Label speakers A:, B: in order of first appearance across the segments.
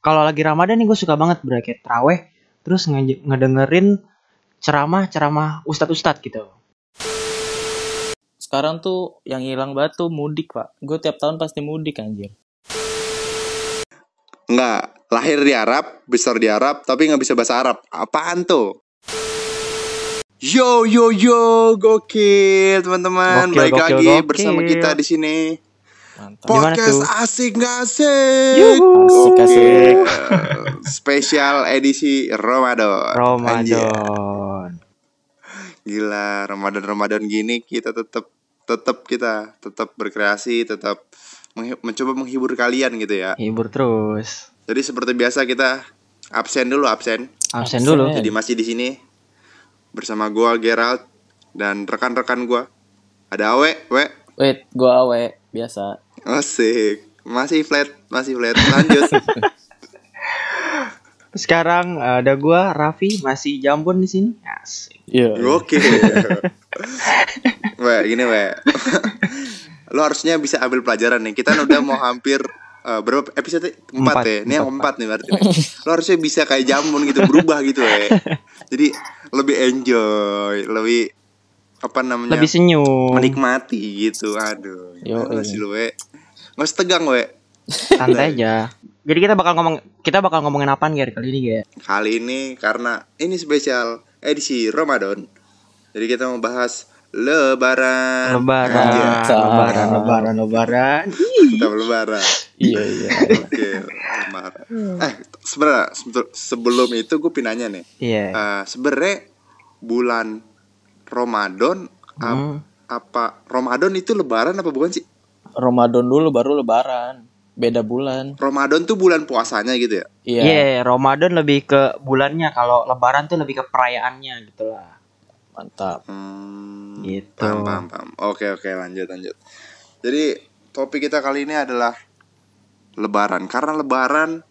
A: kalau lagi Ramadan nih gue suka banget bro ya, kayak teraweh terus nge- ngedengerin ceramah-ceramah ustad-ustad gitu.
B: Sekarang tuh yang hilang banget tuh mudik, Pak. Gue tiap tahun pasti mudik, anjir.
C: Enggak, lahir di Arab, besar di Arab, tapi nggak bisa bahasa Arab. Apaan tuh? Yo yo yo, gokil teman-teman.
A: Gokil,
C: Baik
A: gokil,
C: lagi
A: gokil.
C: bersama kita di sini.
B: Mantap.
A: Gimana
C: Podcast
A: tuh?
C: asik nggak asik.
B: Asik,
C: Gokil.
B: asik.
C: Spesial edisi Ramadan. Anjir.
A: Ramadan.
C: Gila, Ramadan-Ramadan gini kita tetap tetap kita tetap berkreasi, tetap menghi- mencoba menghibur kalian gitu ya.
A: Hibur terus.
C: Jadi seperti biasa kita absen dulu absen. ya.
A: Absen
B: Absen.
A: dulu.
C: Jadi masih di sini bersama gua Gerald dan rekan-rekan gua. Ada Awe, We.
B: Wait, gue awe, biasa.
C: Asik. Masih flat, masih flat. Lanjut.
A: Sekarang eh, ada gua Raffi masih Jambon di sini. Asik.
B: Iya.
C: Oke. We, gini We. Lo harusnya bisa ambil pelajaran nih. Kita udah mau hampir eh, berapa episode?
A: Empat,
C: Empat, ya. Ini yang
A: empat,
C: keempat nih berarti. Lo harusnya bisa kayak jamun gitu, berubah gitu We. Jadi lebih enjoy, lebih apa namanya?
A: Lebih senyum.
C: menikmati gitu aduh
B: Yo, iya.
C: gimana sih lu we nggak usah tegang we
A: Santai aja. Jadi kita bakal ngomong kita bakal ngomongin apaan Ger kali ini Ger?
C: kali ini karena ini spesial edisi Ramadan jadi kita mau bahas lebaran
A: Lebaran,
C: Anjir,
B: Mantap.
A: lebaran, lebaran, lebaran.
C: tetap lebaran
B: Iya, iya.
C: oke lebaran eh sebenarnya sebetul- sebelum itu gue pinanya nih
A: Iya.
C: Eh sebenarnya bulan Ramadan
A: Hmm.
C: ap- apa Ramadan itu lebaran apa bukan sih
B: Ramadan dulu baru lebaran. Beda bulan.
C: Ramadan tuh bulan puasanya gitu ya
A: Iya,
B: Iya.
A: Ramadan lebih ke bulannya kalau lebaran tuh lebih ke perayaannya gitu lah.
B: Mantap.
C: Hmm,
A: Gitu.
C: Paham, paham, paham. Oke, oke, lanjut, lanjut. Jadi topik kita kali ini adalah Lebaran. Karena Lebaran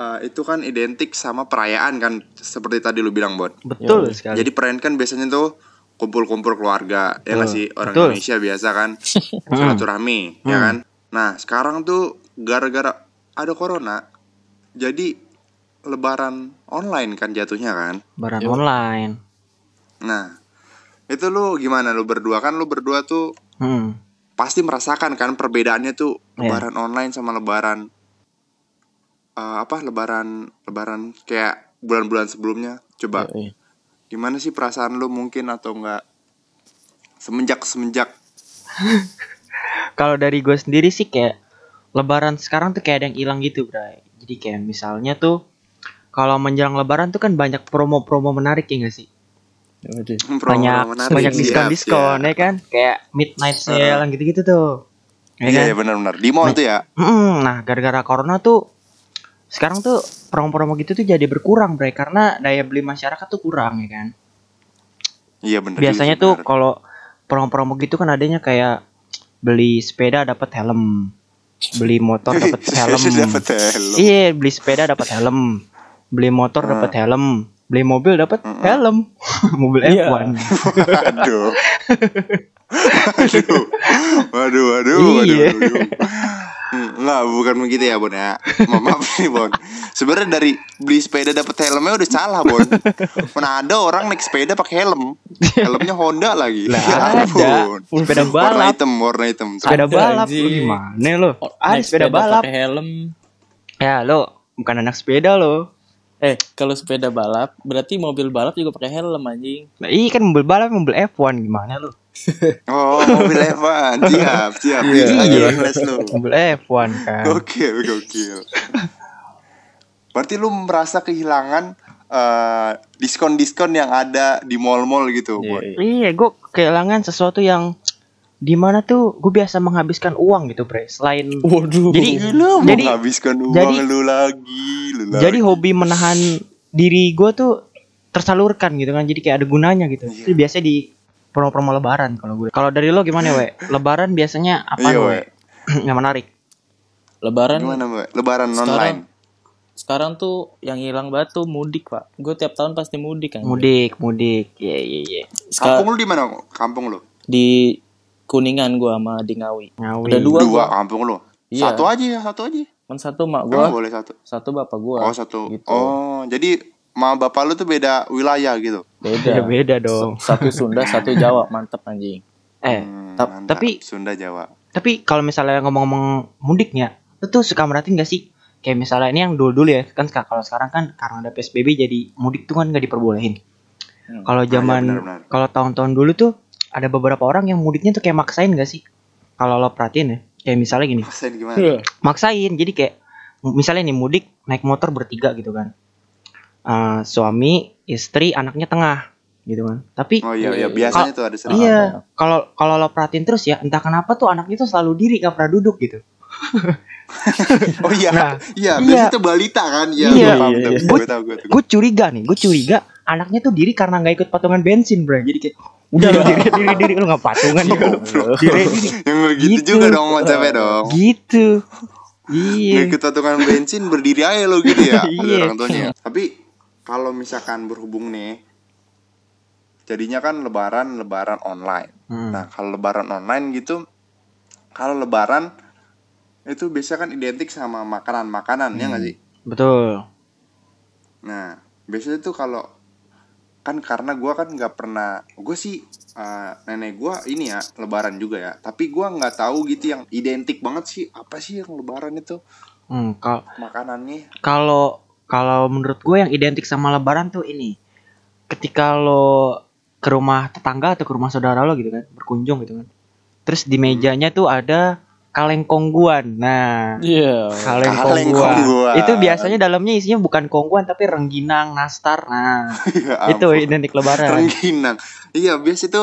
C: eh, itu kan identik sama perayaan kan, seperti tadi lu bilang, Bon.
A: Betul
B: Iya.
A: sekali.
C: Jadi perayaan kan biasanya tuh kumpul-kumpul keluarga, ya nggak sih? Orang
A: betul. Hmm.
C: Indonesia biasa kan, silaturahmi, ya kan? Nah, sekarang tuh gara-gara ada corona, jadi Lebaran online kan jatuhnya kan?
A: lebaran online.
C: Nah, itu lu gimana lu berdua kan lu berdua tuh
A: Hmm.
C: pasti merasakan kan perbedaannya tuh
A: Iya.
C: lebaran online sama lebaran eh, apa lebaran lebaran kayak bulan-bulan sebelumnya. Coba
A: Iya.
B: Yoi.
C: gimana sih perasaan lu mungkin atau enggak semenjak semenjak
A: Kalau dari gue sendiri sih kayak lebaran sekarang tuh kayak ada yang hilang gitu, Bray. Jadi kayak misalnya tuh kalau menjelang lebaran tuh kan banyak promo-promo menarik ya gak sih?
B: Yaudah.
C: promo iya,
A: Banyak banyak diskon-diskon ya kan? Kayak midnight sale yang gitu-gitu tuh. Ya kan?
C: Iya, iya benar-benar. Di mall tuh ya.
A: Mm, nah, gara-gara corona tuh sekarang tuh promo-promo gitu tuh jadi berkurang, Bray, karena daya beli masyarakat tuh kurang ya kan.
C: Iya benar.
A: Biasanya tuh kalau promo-promo gitu kan adanya kayak beli sepeda dapat helm, beli motor dapat helm.
C: Dapat helm.
A: Iya, beli sepeda dapat helm, beli motor dapat
C: Ah.
A: helm, beli mobil dapat helm. mobil
B: Iya.
A: F1.
C: Waduh. Waduh. Waduh, waduh, waduh,
A: Iya.
C: waduh. Hmm, Enggak, bukan begitu ya, Bon ya. Maaf, maaf nih, Bon. Sebenarnya dari beli sepeda dapat helmnya udah salah, Bon. Mana ada orang naik sepeda pakai helm. Helmnya Honda lagi.
A: Lah,
C: Ya
A: ada.
C: ampun.
A: Sepeda balap.
C: Warna hitam, warna hitam.
A: Sepeda
B: Ada,
A: balap lu
B: anjing.
A: gimana lo?
B: Oh,
A: Ah,
B: naik
A: sepeda balap.
B: pakai helm.
A: Ya, lo bukan anak sepeda lo.
B: Eh, kalau sepeda balap, berarti mobil balap juga pakai helm, anjing.
A: Nah, iya kan mobil balap mobil F1 gimana lu?
C: Oh, mobil Evan. Siap, siap. Iya,
A: Iya.
C: les lu.
A: Mobil F1 kan.
C: Gokil, gokil. Berarti lu merasa kehilangan eh, diskon-diskon yang ada di mall-mall gitu, Bon.
B: Yoi.
A: Iya, gue kehilangan sesuatu yang dimana tuh gue biasa menghabiskan uang gitu, Bre. Selain
B: Waduh.
A: Jadi-
C: Gila, mau
A: Jadi-
C: menghabiskan uang
A: jadi-
C: lu lagi, lu lagi.
A: jadi hobi menahan diri gue tuh tersalurkan gitu kan. Jadi kayak ada gunanya gitu. Itu biasanya di promo-promo lebaran kalau gue. Kalau dari lo gimana, We? Lebaran biasanya apa,
C: Iya,
A: We? yang menarik.
B: lebaran
C: Gimana, Mbak? Lebaran online.
B: sekarang tuh yang hilang banget tuh mudik, Pak. Gue tiap tahun pasti mudik kan.
A: Mudik, mudik. Iya, iya, iya.
C: Kampung lu di mana? Kampung lu?
B: di Kuningan gua sama di Ngawi.
A: Ngawi.
B: Ada dua.
C: Dua kampung lu.
B: Iya.
C: Satu aja ya, satu aja.
B: kan satu mak gua
C: Emang boleh satu.
B: satu bapak gua
C: Oh satu.
B: gitu.
C: Oh jadi ma bapak lu tuh beda wilayah gitu.
A: Ya
B: beda
A: beda dong.
B: satu Sunda satu Jawa mantep anjing
A: Eh,
C: Hmm,
A: tap-
C: mantap.
A: tapi-
C: Sunda Jawa.
A: tapi kalau misalnya ngomong-ngomong mudiknya, lu tuh suka merhatiin gak sih? Kayak misalnya ini yang dulu-dulu ya, kan seka- kalau sekarang kan karena ada PSBB jadi mudik tuh kan gak diperbolehin.
B: Hmm.
A: Kalau
C: Ah, iya,
A: zaman
C: benar-benar.
A: kalau tahun-tahun dulu tuh ada beberapa orang yang mudiknya tuh kayak maksain gak sih? Kalau lo perhatiin ya, kayak misalnya gini,
C: Maksain gimana?
A: Iya. maksain jadi kayak misalnya nih mudik naik motor bertiga gitu kan Eh, suami istri anaknya tengah gitu kan tapi
C: Oh iya
B: Iya,
C: iya
B: iya.
C: biasanya tuh ada sering.
A: iya kalau kalau lo perhatiin terus ya entah kenapa tuh anaknya tuh selalu diri gak pernah duduk gitu
C: Oh iya.
A: Nah,
C: iya,
A: iya.
C: biasanya tuh balita kan. Iya,
A: Iya.
C: gua paham
B: Iya,
C: tuh.
B: iya.
C: Gua tahu gua tahu.
A: gue curiga nih gue curiga anaknya tuh diri karena nggak ikut patungan bensin bro jadi kayak udah lo diri diri diri lu nggak patungan
B: Iya.
A: ya diri diri
C: Yang gitu,
A: Gitu.
C: juga dong konsepnya dong.
A: gitu iya
C: Ngikut tukang bensin berdiri aja lo gitu ya. Ada
A: Iya.
C: orang tuanya. Tapi kalau misalkan berhubung nih jadinya kan lebaran lebaran online.
A: Hmm.
C: Nah, kalau lebaran online gitu kalau lebaran itu biasa kan identik sama makanan-makanan ya nggak sih?
A: betul
C: Nah, biasanya tuh kalau kan karena gua kan nggak pernah gue sih eh, nenek gua ini ya lebaran juga ya tapi gua nggak tahu gitu yang identik banget sih apa sih yang lebaran itu
A: hmm, kalau
C: makanannya
A: kalau kalau menurut gue yang identik sama lebaran tuh ini ketika lo ke rumah tetangga atau ke rumah saudara lo gitu kan berkunjung gitu kan terus di mejanya tuh ada kaleng kongguan nah
B: iya
A: kaleng
C: Kaleng
A: kongguan.
C: kongguan.
A: itu biasanya dalamnya isinya bukan kongguan tapi rengginang nastar nah
C: Ya
A: itu
C: ampun.
A: identik lebaran
C: rengginang iya biasa itu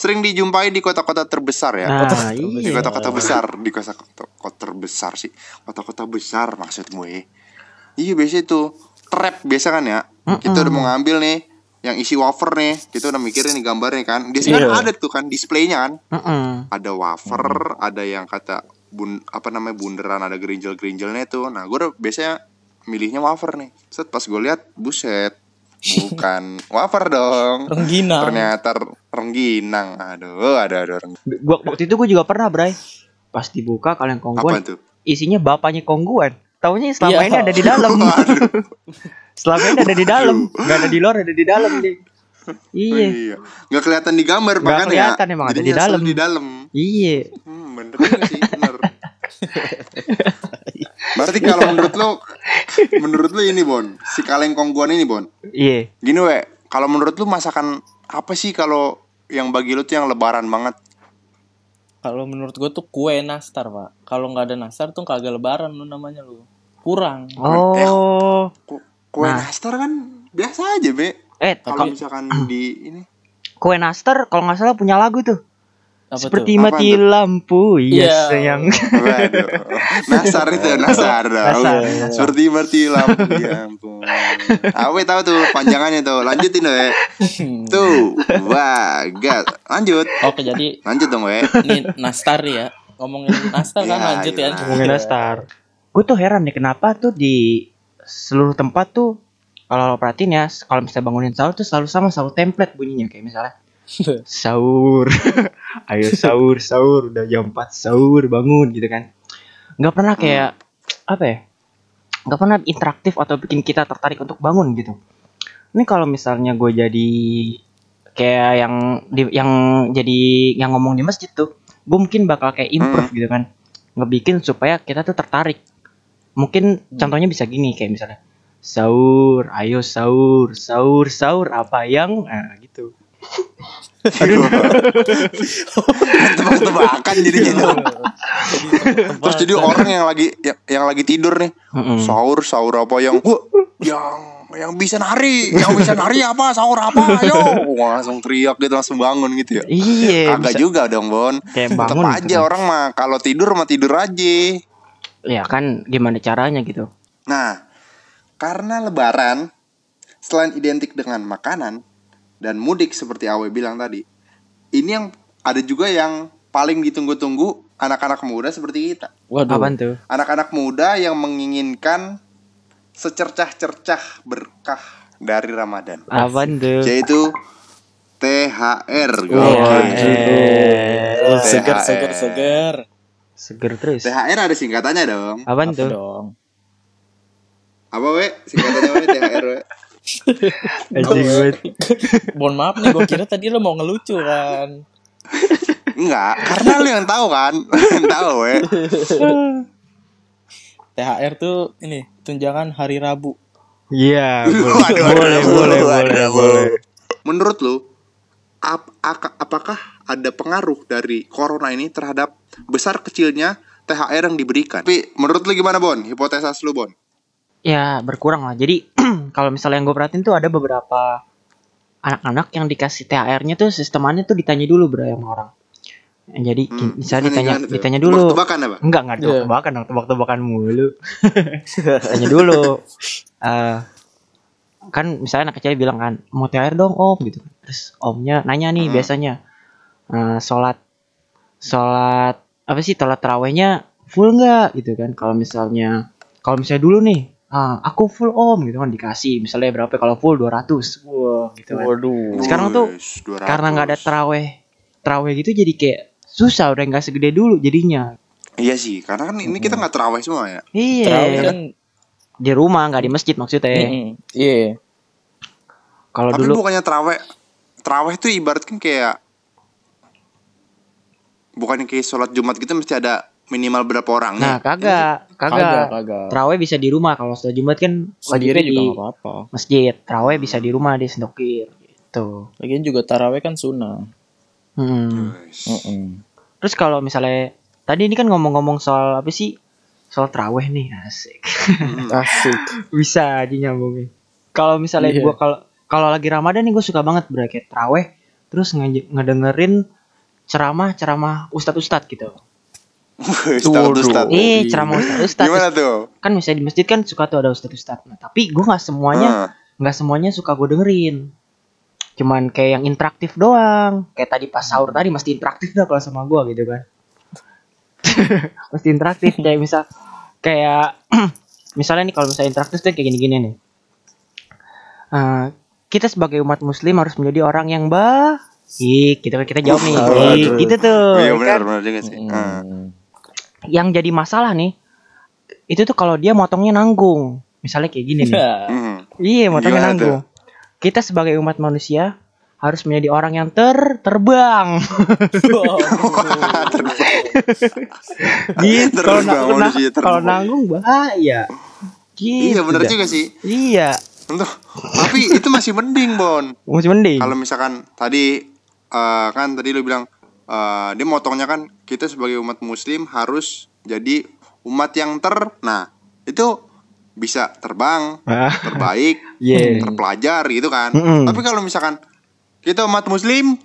C: sering dijumpai di kota-kota terbesar ya
A: nah
C: di
A: iya
C: kota-kota besar di kota-kota kota terbesar sih kota-kota besar maksud gue iya biasa itu trap biasa kan ya kita udah mau ngambil nih yang isi wafer nih kita udah mikirin nih gambarnya kan dia sekarang
B: Iya.
C: ada tuh kan displaynya kan
A: Mm-mm.
C: ada wafer ada yang kata bun apa namanya bunderan ada gerinjel gerinjelnya tuh nah gue udah biasanya milihnya wafer nih set pas gue lihat buset bukan wafer dong
B: Rengginang
C: ternyata r- rengginang aduh ada ada rengginang
A: gua waktu itu gue juga pernah bray pas dibuka kaleng
C: apa
A: kongguan
C: tuh
A: isinya bapaknya kongguan taunya selama
B: Iya.
A: ini ada di dalam selama ini ada di dalam nggak ada di luar ada di dalam deh iya
C: Oh, iya nggak kelihatan di gambar
A: Nggak
C: makanya
A: kelihatan emang, ada di
C: Jadinya selalu
A: dalam.
C: di dalam
A: iya
C: hmm, bener juga sih bener berarti kalau menurut lo menurut lo ini bon si kaleng kongguan ini bon
A: iya
C: Gini we, kalau menurut lu masakan apa sih kalau yang bagi lu tuh yang lebaran banget?
B: kalau menurut gua tuh kue nastar pak kalau nggak ada nastar tuh kagak lebaran lu namanya lu kurang
A: oh
C: Ku- Kue
A: Nah.
C: nastar kan biasa aja be.
A: eh
C: Kalau
A: kalau
C: misalkan di ini
A: kue nastar kalau nggak salah punya lagu tuh
B: apa
A: seperti
C: Apaan
A: mati lampu yes
B: Iya.
A: sayang
C: Waduh Nasar itu nasar dong
A: Nasar.
C: Seperti mati lampu Ya ampun Awe tahu tuh panjangannya tuh Lanjutin we
B: tuh
C: Tuh Wagas Lanjut
B: Hmm. Oke jadi
C: Lanjut dong we
B: ini nastar ya ngomongin nastar kan
C: Ya,
B: lanjut ya
C: iya.
A: ngomongin nastar gue tuh heran nih kenapa tuh di seluruh tempat tuh kalau lo perhatiin ya kalau misalnya bangunin sahur tuh selalu sama sahur template bunyinya kayak misalnya sahur ayo sahur sahur udah jam 4 sahur bangun gitu kan nggak pernah kayak apa ya nggak pernah interaktif atau bikin kita tertarik untuk bangun gitu ini kalau misalnya gue jadi kayak yang di- yang jadi yang ngomong di masjid tuh gue mungkin bakal kayak improve gitu kan ngebikin supaya kita tuh tertarik mungkin contohnya bisa gini kayak misalnya sahur ayo sahur sahur sahur apa yang nah, gitu
C: Tebak-tebakan jadinya dong Terus jadi orang yang lagi yang, yang lagi tidur nih
A: Mm-mm.
C: sahur sahur apa yang "Wah, yang yang bisa nari yang bisa nari apa sahur apa ayo Wah, langsung teriak gitu langsung bangun gitu ya
A: Iya,
C: agak
A: bisa
C: juga dong bon
A: kayak
C: tetap
A: bangun gitu
C: aja
A: kan.
C: orang mah kalau tidur mah tidur aja
A: Ya kan gimana caranya gitu.
C: nah karena lebaran selain identik dengan makanan dan mudik seperti Awe bilang tadi ini yang ada juga yang paling ditunggu-tunggu anak-anak muda seperti kita
B: Waduh.
A: Apaan tuh?
C: anak-anak muda yang menginginkan secercah-cercah berkah dari Ramadan
A: Apaan tuh?
C: yaitu THR
B: Wah,
A: Wah,
C: gokil.
B: eh,
C: iya, THR. iya.
B: seger seger seger.
A: Seger terus.
C: THR ada singkatannya dong.
A: Apaan
B: Apa
A: tuh?
B: dong?
C: Apa we? Singkatannya we THR we.
A: Anjing banget.
B: Mohon maaf nih, gue kira tadi lo mau ngelucu kan.
C: Enggak, karena lu yang tahu kan. Lu yang tahu we.
B: THR tuh ini tunjangan hari Rabu.
A: Iya, boleh.
C: Waduh,
A: boleh,
C: waduh, waduh,
A: boleh,
C: waduh,
A: boleh,
C: waduh.
A: boleh.
C: Menurut lu ap- aka- apakah ada pengaruh dari corona ini terhadap besar kecilnya THR yang diberikan? Tapi menurut lu gimana Bon? Hipotesas lu Bon?
A: Ya, berkurang lah. Jadi, kalau misalnya yang gue perhatiin tuh ada beberapa anak-anak yang dikasih THR-nya tuh sistemannya tuh ditanya dulu bro sama orang. Jadi,
C: Hmm,
A: misalnya
C: gimana,
A: ditanya
C: gimana tuh?
A: ditanya dulu.
C: Tebak-tebakan apa?
A: Enggak, enggak
B: Iya.
A: tebak-tebakan dong, tebak-tebakan mulu. Tanya dulu. Eh, kan misalnya anak kecil bilang kan, mau THR dong om gitu. Terus omnya nanya nih
C: Hmm.
A: biasanya. eh, sholat, sholat, apa sih, sholat terawihnya full nggak gitu kan. Kalau misalnya, kalau misalnya dulu nih, ah, aku full om gitu kan dikasih. Misalnya berapa, kalau full 200. Wah gitu kan.
B: Waduh.
A: Sekarang tuh,
C: Wih, 200.
A: Karena nggak ada terawih, terawih gitu jadi kayak susah udah nggak segede dulu jadinya.
C: Iya sih, karena kan ini kita
A: Hmm.
C: nggak terawih semua ya.
A: Iya.
B: Terawih kan.
A: di rumah nggak di masjid maksudnya
B: Eh, Mm-mm. Iya.
A: kalau
C: Tapi
A: dulu
C: bukannya terawih Terawih tuh ibaratkan kayak Bukannya kayak sholat Jumat gitu mesti ada minimal berapa orang
A: nah kagak
B: Kagak,
A: kagak
B: kagak.
A: terawih bisa di rumah kalau sholat jumat kan wajibnya
B: Sendiri juga
A: di
B: gak apa-apa.
A: masjid terawih bisa di rumah di sendokir gitu
B: Lagian juga taraweh kan sunnah.
A: hmm.
C: Guys.
B: Mm-mm.
A: terus kalau misalnya tadi ini kan ngomong-ngomong soal apa sih soal terawih nih asik
B: Asik.
A: bisa aja nyambungin kalau misalnya
B: Iya.
A: gua kalau kalau lagi ramadan nih gue suka banget berakhir terawih terus nge- ngedengerin ceramah-ceramah ustadz-ustadz gitu.
B: Oh,
C: Ustaz, ustaz.
A: Ih, ceramah ustadz-ustadz.
C: Gimana tuh?
A: kan misalnya di masjid kan suka tuh ada ustadz ustadz nah, tapi gue nggak semuanya
C: Heeh.
A: nggak semuanya suka gue dengerin cuman kayak yang interaktif doang kayak tadi pas sahur tadi mesti interaktif dah kalau sama gue gitu kan mesti interaktif kayak misal kayak misalnya nih kalau misalnya interaktif tuh kayak gini-gini nih Eh, kita sebagai umat muslim harus menjadi orang yang baik gitu kan kita jawab nih baik
C: Waduh.
A: gitu tuh
C: Iya
A: kan?
C: benar benar juga sih. Heeh.
B: Mm.
A: yang jadi masalah nih itu tuh kalau dia motongnya nanggung misalnya kayak gini nih
B: Ya.
C: Heeh.
A: iya motongnya
C: Gimana
A: nanggung kita sebagai umat manusia harus menjadi orang yang ter terbang
B: Oh,
C: Mm-hmm.
A: gitu kalau
C: Terbang,
A: na- na-
C: manusia terbang.
A: kalau nanggung bahaya gitu
C: Iya benar
A: dah.
C: juga sih.
A: iya
C: Untuk tapi itu masih mending, Bon.
A: masih mending
C: Kalau misalkan tadi eh, kan tadi lu bilang eh, dia motongnya kan kita sebagai umat muslim harus jadi umat yang ter nah itu bisa terbang,
A: Ah,
C: terbaik,
A: Iya.
C: terpelajar gitu kan.
A: Mm-mm.
C: Tapi kalau misalkan kita umat muslim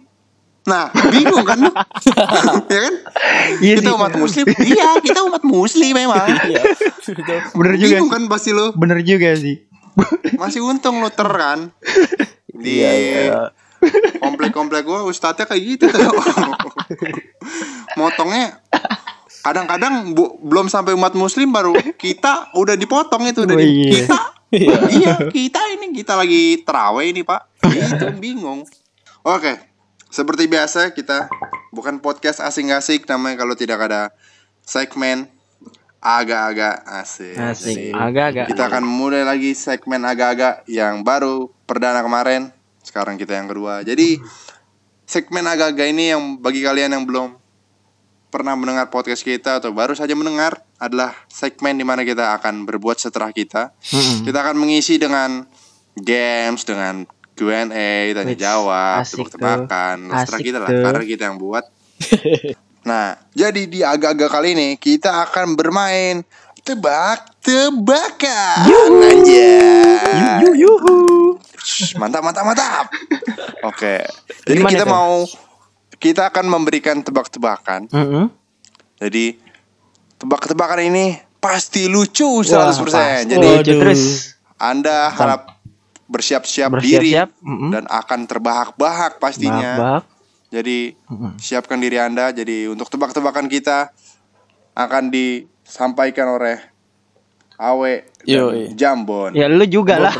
C: Nah, bingung kan lu? ya kan?
A: Iya
C: kita
A: sih.
C: umat muslim. Iya, kita umat muslim memang.
B: Iya.
A: bener juga
C: Bingung kan pasti lu.
A: bener juga sih
C: Masih untung lu ter kan. Di
B: Iya, iya.
C: komplek-komplek gua ustadznya kayak gitu tuh. Motongnya kadang-kadang bu- belum sampai umat muslim baru kita udah dipotong itu udah
A: Oh,
C: di-
A: iya.
C: kita
B: Iya.
C: iya kita ini kita lagi terawih ini pak itu bingung oke seperti biasa kita bukan podcast asing-asing namanya kalau tidak ada segmen agak-agak asik
A: asik agak-agak
C: kita akan mulai lagi segmen agak-agak yang baru perdana kemarin. Sekarang kita yang kedua. Jadi segmen agak-agak ini yang bagi kalian yang belum pernah mendengar podcast kita atau baru saja mendengar adalah segmen di mana kita akan berbuat seterah kita.
A: Mm-mm.
C: Kita akan mengisi dengan games, dengan Q&A, tanya
A: Which,
C: jawab,
A: asik
C: tebak-tebakan,
A: tuh.
C: seterah
A: Asik
C: kita lah
A: tuh.
C: karena kita yang buat. Nah, jadi di agak-agak kali ini kita akan bermain tebak-tebakan. Anjay.
A: Yu- yuhu.
C: Shh, Mantap, mantap, mantap. Oke. Jadi
A: Gimana
C: kita
A: tuh?
C: mau kita akan memberikan tebak-tebakan.
A: Mm-mm.
C: Jadi tebak-tebakan ini pasti lucu 100%.
A: Wah, pas.
C: Jadi
A: Lucu
B: Waduh.
A: terus
C: Anda harap bersiap-siap diri
A: bersiap-siap mm-mm.
C: dan akan terbahak-bahak pastinya.
A: Babak.
C: Jadi
A: Mm-mm.
C: siapkan diri Anda. Jadi untuk tebak-tebakan kita akan disampaikan oleh Awe
B: Yoi.
C: dan Jambon.
A: ya lu juga lah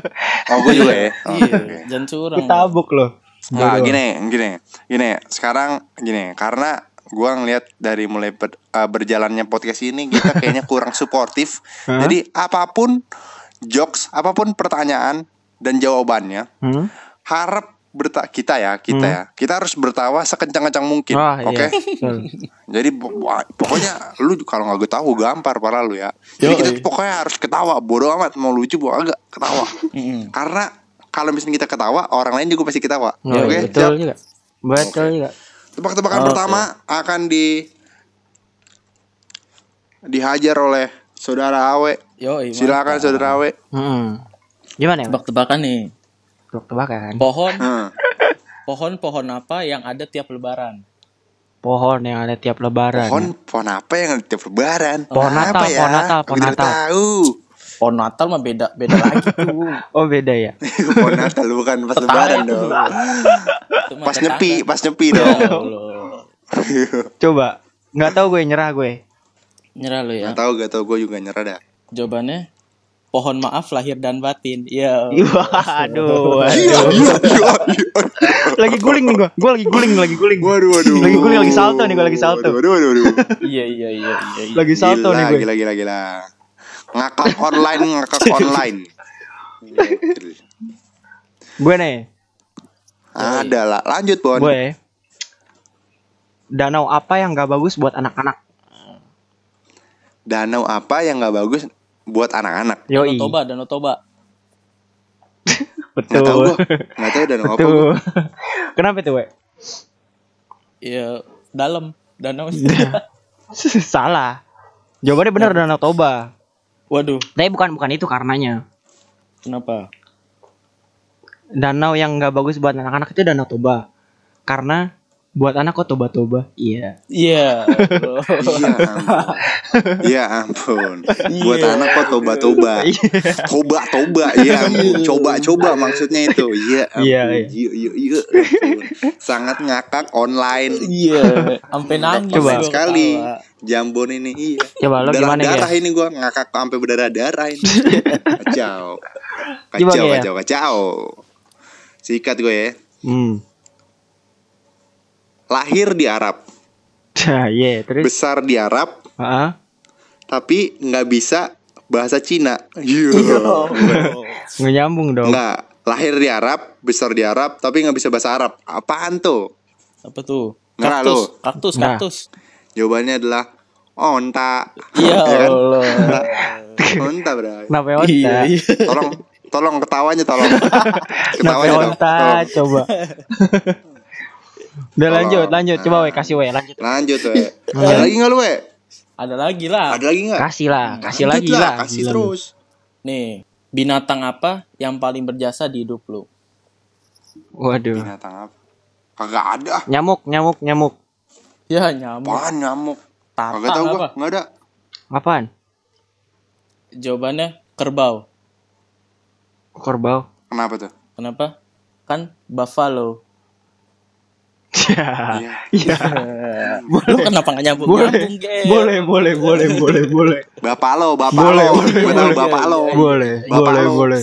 C: Oh, gue juga ya. Oh,
B: Iya.
C: oke.
B: Jangan curang.
A: ditabuk loh
C: Nah, gini, gini, gini. Sekarang gini, karena gua ngelihat dari mulai per- eh, berjalannya podcast ini kita kayaknya kurang suportif. Jadi apapun jokes, apapun pertanyaan dan jawabannya,
A: Hmm?
C: harap berta kita ya, kita ya. Kita harus bertawa sekencang-kencang mungkin.
A: Wah, iya.
C: Oke.
A: Betul.
C: Jadi po- wah, pokoknya lu kalau nggak tahu gampar parah lu ya. Jadi
B: Yoi.
C: kita tuh pokoknya harus ketawa. Bodoh amat mau lucu mau agak ketawa.
B: Mm-mm.
C: Karena kalau misalnya kita ketawa, orang lain juga pasti ketawa.
A: Iya,
C: Oke,
A: betul
C: siap.
A: juga. Betul juga. Ah,
C: Tebak-tebakan
B: Oke.
C: pertama akan di dihajar oleh saudara Awe.
B: Yoi, mantap.
C: Silakan saudara Awe.
A: Hmm. Gimana ya?
B: Tebak-tebakan nih.
A: Tebak-tebakan.
B: Pohon,
C: Hmm.
B: pohon-pohon apa yang ada tiap lebaran?
A: Pohon yang ada tiap lebaran.
C: Pohon pohon apa yang ada tiap lebaran?
A: Pohon Natal,
C: apa
A: pohon Natal,
C: Aku
A: pohon
C: tidak
A: Natal.
C: tahu.
B: Pohon Natal mah beda beda lagi tuh.
A: Oh, beda ya.
C: pohon Natal bukan pas
B: Tetangga
C: lebaran
B: itu.
C: dong.
B: Itu mah
C: Pas
B: tetangga.
C: nyepi, pas nyepi
B: Ya
A: Iya.
C: dong.
B: Allah.
A: Coba. Nggak tahu gue nyerah gue.
B: Nyerah lu ya.
C: Gak tahu, gak tahu gue juga nyerah dah.
B: Jawabannya pohon maaf lahir dan batin. Iya.
A: Waduh.
C: Iya,
A: waduh.
C: iya, iya, iya.
A: lagi guling nih gue. Gue lagi guling, lagi guling.
C: Waduh, waduh.
A: Lagi guling, lagi salto nih gue lagi salto.
C: Waduh, waduh, waduh.
B: Iya iya iya iya. iya.
A: Lagi salto
C: gila,
A: nih gue.
C: Gila, gila, gila. Ngakak online, ngakak online.
A: Iya. Gue nih,
C: Ada lah. Lanjut, Bon.
A: gue. Danau apa yang gak bagus buat anak-anak?
C: Danau apa yang gak bagus buat anak-anak?
B: Danau
A: Yoi.
B: Toba, Danau Toba.
C: Gak tahu
A: Betul.
C: gue. Gak tahu ya danau apa. gua.
A: Betul. Kenapa tuh, we?
B: Iya, dalam danau.
C: Iya.
A: Salah. Jawabannya benar Danau Toba.
B: Waduh,
A: Tapi bukan bukan itu karenanya.
B: kenapa?
A: Danau yang gak bagus buat anak-anak itu Danau Toba. Karena buat anak kok Toba-Toba. Iya.
B: Iya. Allah.
C: Iya ampun. Iya ampun. Buat
B: Iya.
C: anak kok toba-toba.
A: Iya.
C: Toba-toba iya ampun. Coba-coba maksudnya itu. Iya ampun.
A: Iya, iya.
C: Iya iya iya. ampun. Sangat ngakak online.
B: Iya, sampai nangis
A: Coba.
B: gua
C: sekali.
B: ketawa.
C: Jambon ini iya.
A: Coba lo Ya, gimana, Ge?
C: darah ini gua ngakak sampai berdarah-darah ini. kacau. Kacau,
A: Gimana, Ge?
C: kacau, kacau. Sikat gue ya.
A: Hmm.
C: Lahir di Arab,
A: Nah, iya, terus Ah,
C: besar di Arab,
A: Heeh.
C: tapi nggak bisa bahasa Cina.
B: Iya.
C: Iya.
A: nggak nyambung dong.
C: Enggak, lahir di Arab, besar di Arab, tapi nggak bisa bahasa Arab. Apaan tuh?
B: Apa tuh?
C: Ngerah
B: Kaktus,
C: lu.
B: kaktus,
A: Nah.
B: kaktus.
C: Jawabannya adalah onta.
B: Iya
C: Ya kan?
B: Allah.
C: Onta, bray.
A: Kenapa ya,
B: Iya,
A: Onta?
B: iya.
C: Tolong, tolong ketawanya tolong.
A: Kenapa ya,
C: Ketawanya dong.
A: Nah, Onta?
C: Tolong.
A: Coba. Udah
C: Tolong.
A: lanjut, lanjut. Coba we kasih we, lanjut.
C: Lanjut, we.
A: Nah.
C: Ada lagi nggak lu, we?
B: Ada lagi lah.
C: Ada lagi nggak?
A: Kasih lah, kasih lagi
C: Lanjut
A: lah. Iya.
C: Kasih
A: Gila lu.
C: terus.
B: Nih, binatang apa yang paling berjasa di hidup lu?
A: Waduh.
C: Binatang apa? Kagak ada.
A: Nyamuk, nyamuk, nyamuk.
B: Ya nyamuk.
C: Apaan nyamuk? Kagak
B: Tatang
C: tahu gua,
B: apa?
C: nggak ada.
A: Apaan?
B: Jawabannya kerbau.
A: Kerbau.
C: Kenapa tuh?
B: Kenapa? Kan buffalo.
A: Ya. Iya.
B: Lu kenapa gak nyambung?
A: Boleh.
B: Nyambung, Ge.
A: Boleh, boleh, boleh, boleh, boleh.
C: Bapak lo, bapak
A: Boleh,
C: lo.
A: boleh,
C: Gua tahu
A: boleh.
C: bapak lo.
A: Boleh,
C: Bapak
A: boleh,
C: lu.
A: boleh.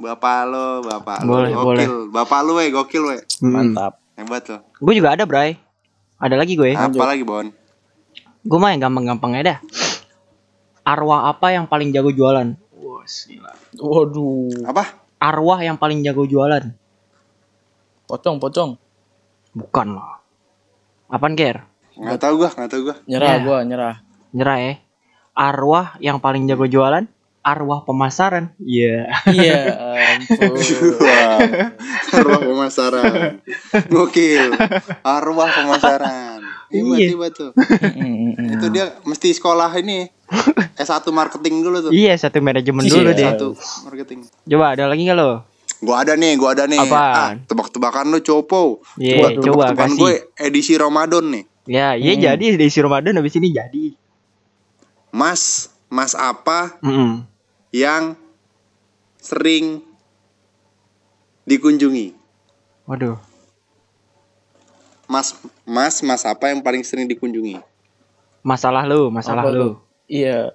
C: Bapak lo, bapak lo.
A: Boleh,
C: Gokil. Bapak lo, we, gokil, we.
A: Hmm.
B: Mantap.
C: Hebat lo.
A: Gue juga ada, Bray. Ada lagi gue.
C: Apa lagi, Bon?
A: Gue mah yang gampang-gampangnya dah. Arwah apa yang paling jago jualan?
B: Waduh.
C: Apa?
A: Arwah yang paling jago jualan?
B: Pocong, pocong.
A: Bukan lah. Apaan, Ger?
C: Nggak tahu gua, nggak tahu gua.
B: Nyerah
A: Ya.
B: gua, nyerah.
A: Nyerah ya. Arwah yang paling jago jualan? Arwah pemasaran. Iya.
B: Iya, ampun.
C: Wah, arwah pemasaran. Gokil. Arwah pemasaran. Hebat,
A: Iya.
C: hebat tuh.
B: Mm, Mm-mm.
C: Itu dia mesti sekolah ini. S1 marketing dulu tuh.
A: Iya, satu manajemen dulu
B: Iya.
A: deh.
C: S1 marketing.
A: Coba ada lagi nggak lo?
C: Gua ada nih, gua ada nih. Ah,
A: Apaan?
C: tebak-tebakan lu copo.
A: Ye, coba
C: Tebakan
A: kasih.
C: gue edisi Ramadan nih.
A: Ya, iya jadi diisi Ramadan habis ini jadi.
C: Mas, mas apa
A: Mm-mm.
C: yang sering dikunjungi?
A: Waduh.
C: Mas, mas, mas apa yang paling sering dikunjungi?
A: Masalah lu, masalah
B: Apa
A: lu.
B: tuh? Iya.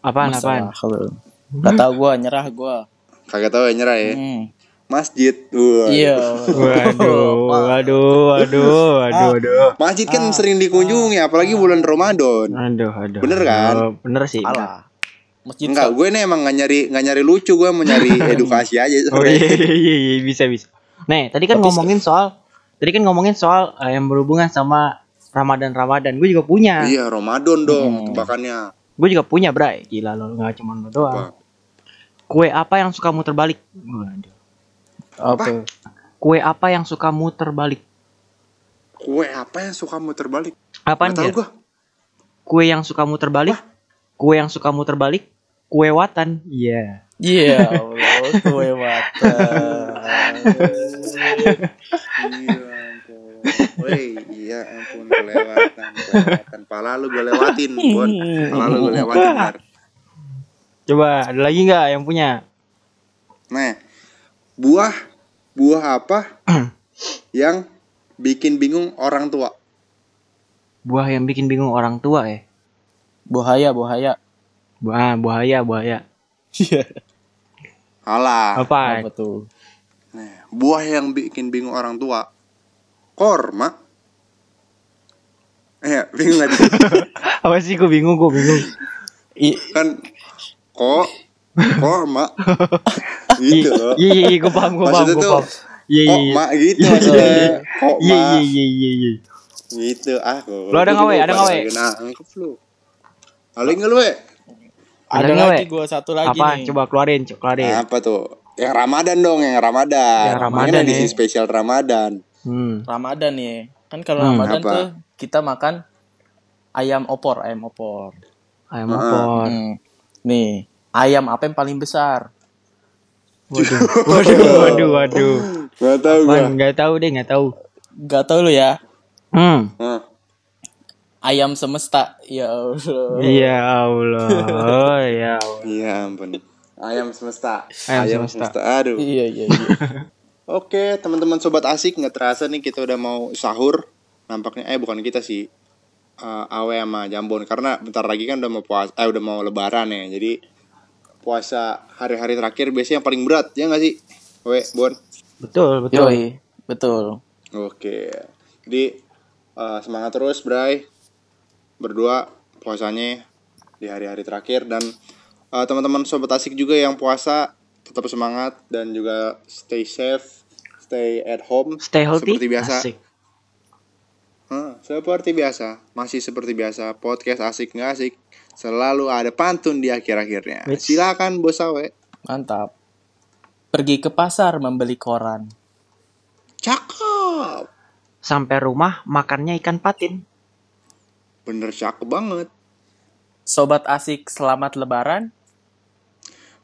A: Apaan apaan?
B: Masalah. Gak tau gua, nyerah gua.
C: Kagak tahu ya nyerah ya.
B: Hmm.
C: masjid. Wah.
B: Iya.
A: Waduh, waduh, waduh, waduh, waduh.
C: Masjid
A: Ah,
C: kan sering dikunjungi apalagi bulan Ramadan.
A: Aduh, aduh.
C: Ah. Bener kan?
A: aduh. Bener sih. bener.
B: Alah. Masjid
C: Enggak, gue nih emang nggak nyari nggak nyari lucu, gue mau nyari edukasi aja.
A: Oh iya, iya, iya, iya, bisa bisa. Nih, tadi kan
B: Tapi
A: ngomongin soal tadi kan ngomongin soal eh, yang berhubungan sama Ramadan Ramadan. Gue juga punya.
C: Iya, Ramadan
B: Hmm.
C: dong tebakannya.
A: Gue juga punya, Bray. Gila lo nggak cuma lo doang.
C: Apa?
A: Kue apa yang suka muter balik? Waduh.
B: apa?
A: Kue apa yang suka muter balik?
C: Kue apa yang suka muter balik?
A: Apaan
C: Nggak tahu
A: Ger?
C: gue.
A: Kue yang suka muter balik? Kue yang suka muter balik? Kue watan. Iya.
B: Iya, Allah, kue mata.
C: Iya, ampun. Woi, iya ampun kelewatan, kelewatan. Pala lu gue lewatin, Bon. Pala lu gue lewatin, Bar.
A: Coba ada lagi nggak yang punya?
C: Nah, buah buah apa yang bikin bingung orang tua?
A: Buah yang bikin bingung orang tua ya.
B: Bahaya, bahaya.
A: Buah, bahaya, bahaya.
B: Iya.
C: Alah,
A: Apa?
B: Apa tuh?
C: nah, buah yang bikin bingung orang tua. Korma. Eh, bingung gak sih?
A: Apa sih gue bingung, gue bingung.
B: I-
C: Kan kok korma. Gitu loh.
A: Iya, iya, iya, gue paham, gue paham,
C: Maksudnya
A: gue
C: tuh
A: paham. Iya, iya,
C: Kok
A: iya.
C: mak gitu
A: Iya,
C: maksudnya.
A: iya,
C: Kok
A: Iya,
C: mak.
A: iya, iya, iya, iya.
C: Gitu ah. gua-
A: Lu ada
C: gua
A: nggak, We?
C: juga
A: Ada nggak, We?
C: pasangin angkep lu. Ada nggak lu, We?
A: Ada
B: ada
A: nggak,
B: lagi
A: We?
B: gue satu lagi
A: Apaan?
B: nih.
A: Coba keluarin, coba keluarin.
C: Ah, Apa tuh? Yang Ramadan dong, yang Ramadan.
A: Yang
C: Ini
A: Ramadan,
C: kan edisi
A: ya.
C: spesial Ramadan.
A: Hmm.
B: Ramadan nih. Kan kalau
A: Hmm.
B: Ramadan
C: Apa?
B: tuh kita makan ayam opor, ayam opor.
A: Ayam opor.
B: Hmm. Nih, ayam apa yang paling besar?
A: Waduh, waduh, waduh, waduh.
C: Gak tau gua.
A: Man, nggak tahu deh, nggak tahu.
B: Gak tau lu ya.
A: Hmm.
C: Hah.
B: Ayam semesta. Ya Allah.
A: Ya Allah, ya Allah.
C: Iya ampun. Ayam semesta.
A: Ayam semesta.
C: Aduh.
B: Iya, iya, iya.
C: Oke, teman-teman sobat asik nggak terasa nih kita udah mau sahur. Nampaknya eh bukan kita sih. eh Awe sama Jambon karena bentar lagi kan udah mau puasa eh udah mau lebaran ya. Jadi puasa hari-hari terakhir biasanya yang paling berat ya nggak sih? Awe, Bon.
A: Betul, betul.
B: Yoi, betul.
C: Oke. Jadi eh, semangat terus, Bray. Berdua puasanya di hari-hari terakhir dan eh, teman-teman sobat asik juga yang puasa tetap semangat dan juga stay safe, stay at home.
A: Stay healthy.
C: Seperti biasa.
A: Asik.
C: Hah, seperti biasa, masih seperti biasa podcast asik nggak asik selalu ada pantun di akhir-akhirnya.
A: Wits.
C: Silakan Bos Awe.
B: Mantap. Pergi ke pasar membeli koran.
C: Cakep.
A: Sampai rumah makannya ikan patin.
C: Bener cakep banget.
B: Sobat asik, selamat lebaran.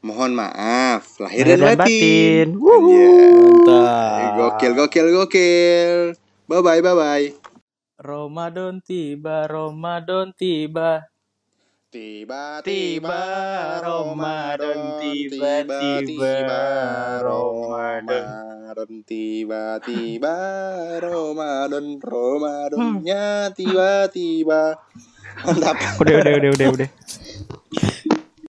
C: Mohon maaf lahir dan
A: Lahir dan batin.
C: batin.
A: Wuhu.
C: Yeah. Ờ,
B: Mantap.
C: Gokil, gokil, gokil. Bye bye, bye bye.
B: Ramadan tiba, Ramadan tiba.
C: Tiba-tiba
A: Ramadan, tiba-tiba
C: Ramadan, tiba-tiba Ramadan, Ramadannya tiba-tiba. Mantap.
A: Udah, udah, udah, udah, udah.